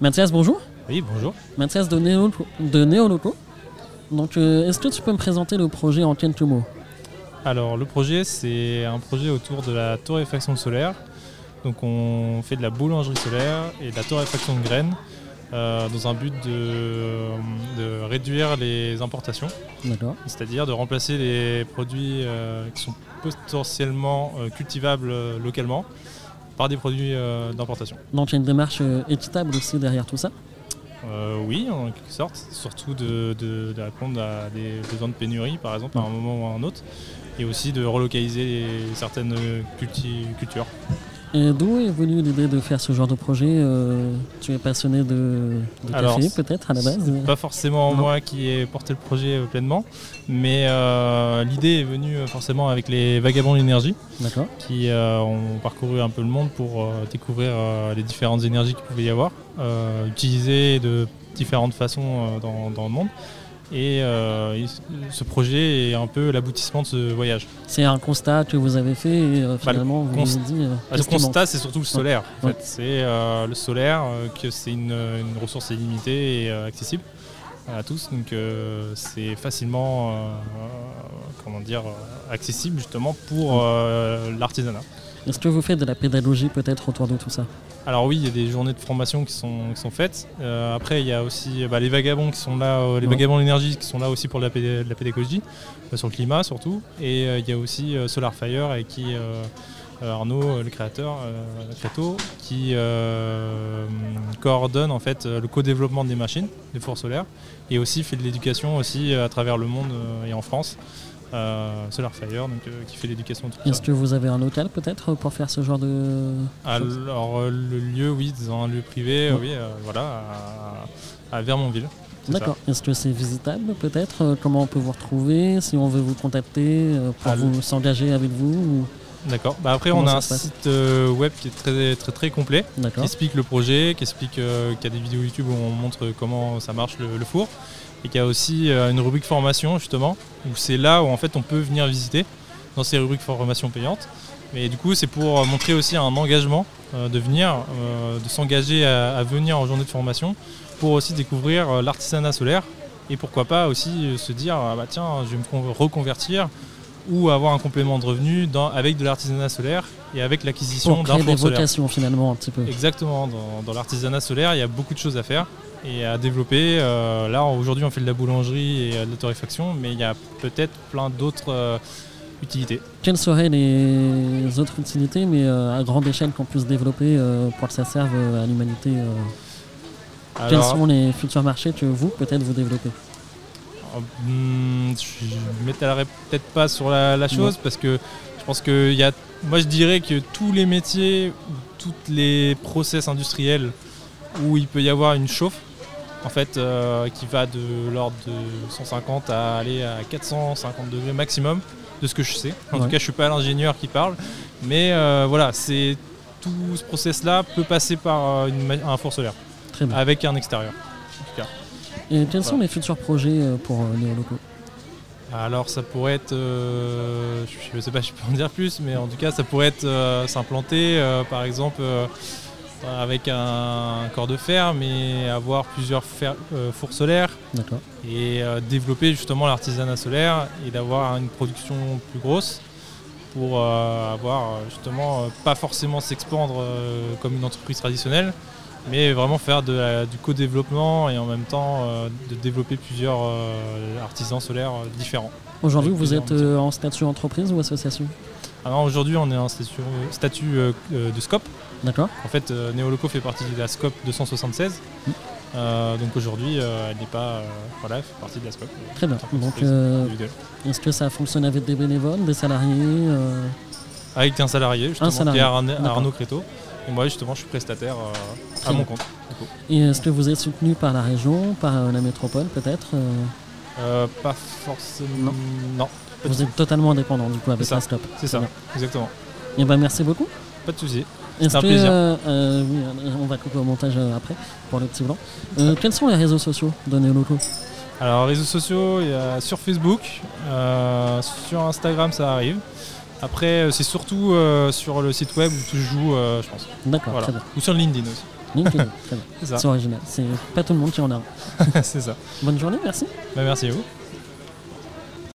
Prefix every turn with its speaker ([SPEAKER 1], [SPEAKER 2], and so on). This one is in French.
[SPEAKER 1] Mathias, bonjour.
[SPEAKER 2] Oui, bonjour.
[SPEAKER 1] Mathias de, Néoloco. de Néoloco. Donc, euh, est-ce que tu peux me présenter le projet en quelques mots
[SPEAKER 2] Alors, le projet, c'est un projet autour de la torréfaction solaire. Donc, on fait de la boulangerie solaire et de la torréfaction de graines euh, dans un but de, de réduire les importations,
[SPEAKER 1] D'accord.
[SPEAKER 2] c'est-à-dire de remplacer les produits euh, qui sont potentiellement euh, cultivables euh, localement par des produits euh, d'importation.
[SPEAKER 1] Donc, il y a une démarche euh, équitable aussi derrière tout ça.
[SPEAKER 2] Euh, oui, en quelque sorte, surtout de, de- de répondre à des besoins de pénurie, par exemple, à un moment ou à un autre, et aussi de relocaliser les- certaines culti- cultures.
[SPEAKER 1] Et d'où est venue l'idée de faire ce genre de projet euh, Tu es passionné de, de café,
[SPEAKER 2] Alors, c'est-
[SPEAKER 1] peut-être, à la base
[SPEAKER 2] C'est Pas forcément
[SPEAKER 1] Non.
[SPEAKER 2] moi qui ai porté le projet euh, pleinement, mais euh, l'idée est venue euh, forcément avec les vagabonds de l'énergie,
[SPEAKER 1] D'accord.
[SPEAKER 2] qui euh, ont parcouru un peu le monde pour euh, découvrir euh, les différentes énergies qu'il pouvait y avoir, euh, utilisées de différentes façons euh, dans, dans le monde. Et euh, il- ce projet est un peu l'aboutissement de ce voyage.
[SPEAKER 1] C'est un constat que vous avez fait et euh,
[SPEAKER 2] Bah, le
[SPEAKER 1] finalement, vous
[SPEAKER 2] const-
[SPEAKER 1] vous dit. euh,
[SPEAKER 2] Ah,
[SPEAKER 1] qu'est-ce
[SPEAKER 2] ce
[SPEAKER 1] qui manque
[SPEAKER 2] constat, c'est surtout le solaire. en
[SPEAKER 1] Ouais.
[SPEAKER 2] fait. C'est euh, le solaire, euh, que c'est une, une ressource illimitée et euh, accessible à tous. Donc euh, c'est facilement euh, comment dire, euh, accessible justement pour euh, l'artisanat.
[SPEAKER 1] Est-ce que vous faites de la pédagogie, peut-être, autour de tout ça
[SPEAKER 2] Alors oui, il y a des journées de formation qui sont, qui sont faites. Euh, après, il y a aussi euh, bah, les vagabonds qui sont là, euh, les
[SPEAKER 1] Ouais.
[SPEAKER 2] vagabonds de l'énergie qui sont là aussi pour de la, péd- de la pédagogie, euh, sur le climat surtout. Et euh, il y a aussi euh, Solar Fire avec qui euh, euh, Arnaud, euh, le créateur, euh, Créto, qui euh, coordonne en fait euh, le co-développement des machines, des fours solaires, et aussi fait de l'éducation aussi euh, à travers le monde euh, et en France. Euh, Solar Fire, donc, euh, qui fait l'éducation de tout ça.
[SPEAKER 1] Est-ce que vous avez un local, peut-être, pour faire ce genre de. choses
[SPEAKER 2] Alors euh, le lieu, oui, dans un lieu privé, euh,
[SPEAKER 1] Ouais.
[SPEAKER 2] oui, euh, voilà, à, à Vermontville. c'est ça.
[SPEAKER 1] D'accord. Est-ce que c'est visitable peut-être Euh, Comment on peut vous retrouver Si on veut vous contacter euh, pour
[SPEAKER 2] Ah, le-
[SPEAKER 1] vous s'engager avec vous
[SPEAKER 2] D'accord. Bah, après,
[SPEAKER 1] Comment
[SPEAKER 2] on a
[SPEAKER 1] ça
[SPEAKER 2] un
[SPEAKER 1] se passe
[SPEAKER 2] site euh, web qui est très très très complet,
[SPEAKER 1] ou-
[SPEAKER 2] qui
[SPEAKER 1] D'accord.
[SPEAKER 2] explique le projet, qui explique euh, qu'il y a des vidéos YouTube où on montre comment ça marche le, le four, et qu'il y a aussi euh, une rubrique formation justement où c'est là où en fait on peut venir visiter dans ces rubriques formation payantes. Mais du coup, c'est pour euh, montrer aussi un engagement euh, de venir, euh, de s'engager à, à venir en journée de formation pour aussi découvrir euh, l'artisanat solaire et pourquoi pas aussi euh, se dire ah bah tiens, je vais me con- reconvertir ou avoir un complément de revenu dans- avec de l'artisanat solaire et avec l'acquisition
[SPEAKER 1] Pour
[SPEAKER 2] d'un
[SPEAKER 1] créer des
[SPEAKER 2] four solaire.
[SPEAKER 1] vocations finalement un petit peu.
[SPEAKER 2] Exactement, dans, dans l'artisanat solaire, il y a beaucoup de choses à faire et à développer. Euh, là, aujourd'hui, on fait de la boulangerie et euh, de la torréfaction, mais il y a peut-être plein d'autres euh, utilités.
[SPEAKER 1] Quelles seraient les autres utilités, mais euh, à grande échelle qu'on puisse développer euh, pour que ça serve euh, à l'humanité euh, Quels
[SPEAKER 2] Alors,
[SPEAKER 1] sont les futurs marchés que vous peut-être vous développez
[SPEAKER 2] hum, Oh, je m'étalerai peut-être pas sur la, la chose parce que je pense que il y a, moi, je dirais que tous les métiers, toutes les process industriels où il peut y avoir une chauffe, en fait, euh, qui va de l'ordre de 150 à aller à 450 degrés maximum, de ce que je sais. En
[SPEAKER 1] Ouais.
[SPEAKER 2] tout cas, je suis pas l'ingénieur qui parle, mais euh, voilà, c'est tout ce process-là peut passer par euh, une ma- un four solaire
[SPEAKER 1] Très bien.
[SPEAKER 2] avec un extérieur. en tout cas.
[SPEAKER 1] Et quels sont les futurs projets euh, pour euh, Néoloco
[SPEAKER 2] Alors ça pourrait être, euh, je sais pas, je peux en dire plus, mais en tout cas ça pourrait être euh, s'implanter, euh, par exemple euh, avec un corps de fer, mais avoir plusieurs fer- euh, fours solaires
[SPEAKER 1] D'accord.
[SPEAKER 2] et euh, développer justement l'artisanat solaire et d'avoir une production plus grosse pour euh, avoir euh, justement euh, pas forcément s'expandre euh, comme une entreprise traditionnelle, mais vraiment faire de la- du co-développement et en même temps euh, de développer plusieurs euh, artisans solaires euh, différents.
[SPEAKER 1] Aujourd'hui,
[SPEAKER 2] Avec
[SPEAKER 1] vous
[SPEAKER 2] plusieurs
[SPEAKER 1] êtes euh, en statut entreprise ou association
[SPEAKER 2] Alors aujourd'hui, on est un statut, statut, euh, euh, de SCOP.
[SPEAKER 1] D'accord.
[SPEAKER 2] En fait, euh, Neoloco fait partie de la SCOP 276. Euh, donc aujourd'hui, euh, elle n'est pas. euh, voilà, elle fait partie de la SCOP. euh,
[SPEAKER 1] Très bien.
[SPEAKER 2] entreprise
[SPEAKER 1] Donc, euh,
[SPEAKER 2] individuelle.
[SPEAKER 1] est-ce que ça fonctionne avec des bénévoles, des salariés euh,
[SPEAKER 2] Avec un salarié, justement,
[SPEAKER 1] salarié.
[SPEAKER 2] qui est Arne-
[SPEAKER 1] D'accord.
[SPEAKER 2] Arnaud Créteau. Et moi, justement, je suis prestataire euh,
[SPEAKER 1] Très
[SPEAKER 2] à mon
[SPEAKER 1] bien.
[SPEAKER 2] compte.
[SPEAKER 1] Et est-ce que vous êtes soutenu par la région, par euh, la métropole peut-être euh,
[SPEAKER 2] Euh, pas forcément.
[SPEAKER 1] Non.
[SPEAKER 2] Non,
[SPEAKER 1] Vous êtes totalement indépendant du coup avec
[SPEAKER 2] C'est ça.
[SPEAKER 1] la stop.
[SPEAKER 2] c'est ça,
[SPEAKER 1] Très bien.
[SPEAKER 2] exactement.
[SPEAKER 1] Et ben merci beaucoup.
[SPEAKER 2] Pas de souci.
[SPEAKER 1] Est-ce
[SPEAKER 2] un
[SPEAKER 1] que,
[SPEAKER 2] plaisir.
[SPEAKER 1] euh, euh, oui, euh, on va couper au montage euh, après pour le petit blanc. Euh, quels sont les réseaux sociaux de Néoloco
[SPEAKER 2] Alors, réseaux sociaux, il y a sur Facebook, euh, sur Instagram, ça arrive. Après, euh, c'est surtout euh, sur le site web où tout se joue, euh, je pense.
[SPEAKER 1] D'accord,
[SPEAKER 2] Voilà.
[SPEAKER 1] très bien.
[SPEAKER 2] Ou sur LinkedIn aussi.
[SPEAKER 1] LinkedIn. Très bien.
[SPEAKER 2] C'est ça.
[SPEAKER 1] C'est original. C'est pas tout le monde qui en a un.
[SPEAKER 2] c'est ça.
[SPEAKER 1] Bonne journée, merci.
[SPEAKER 2] Bah, merci à vous.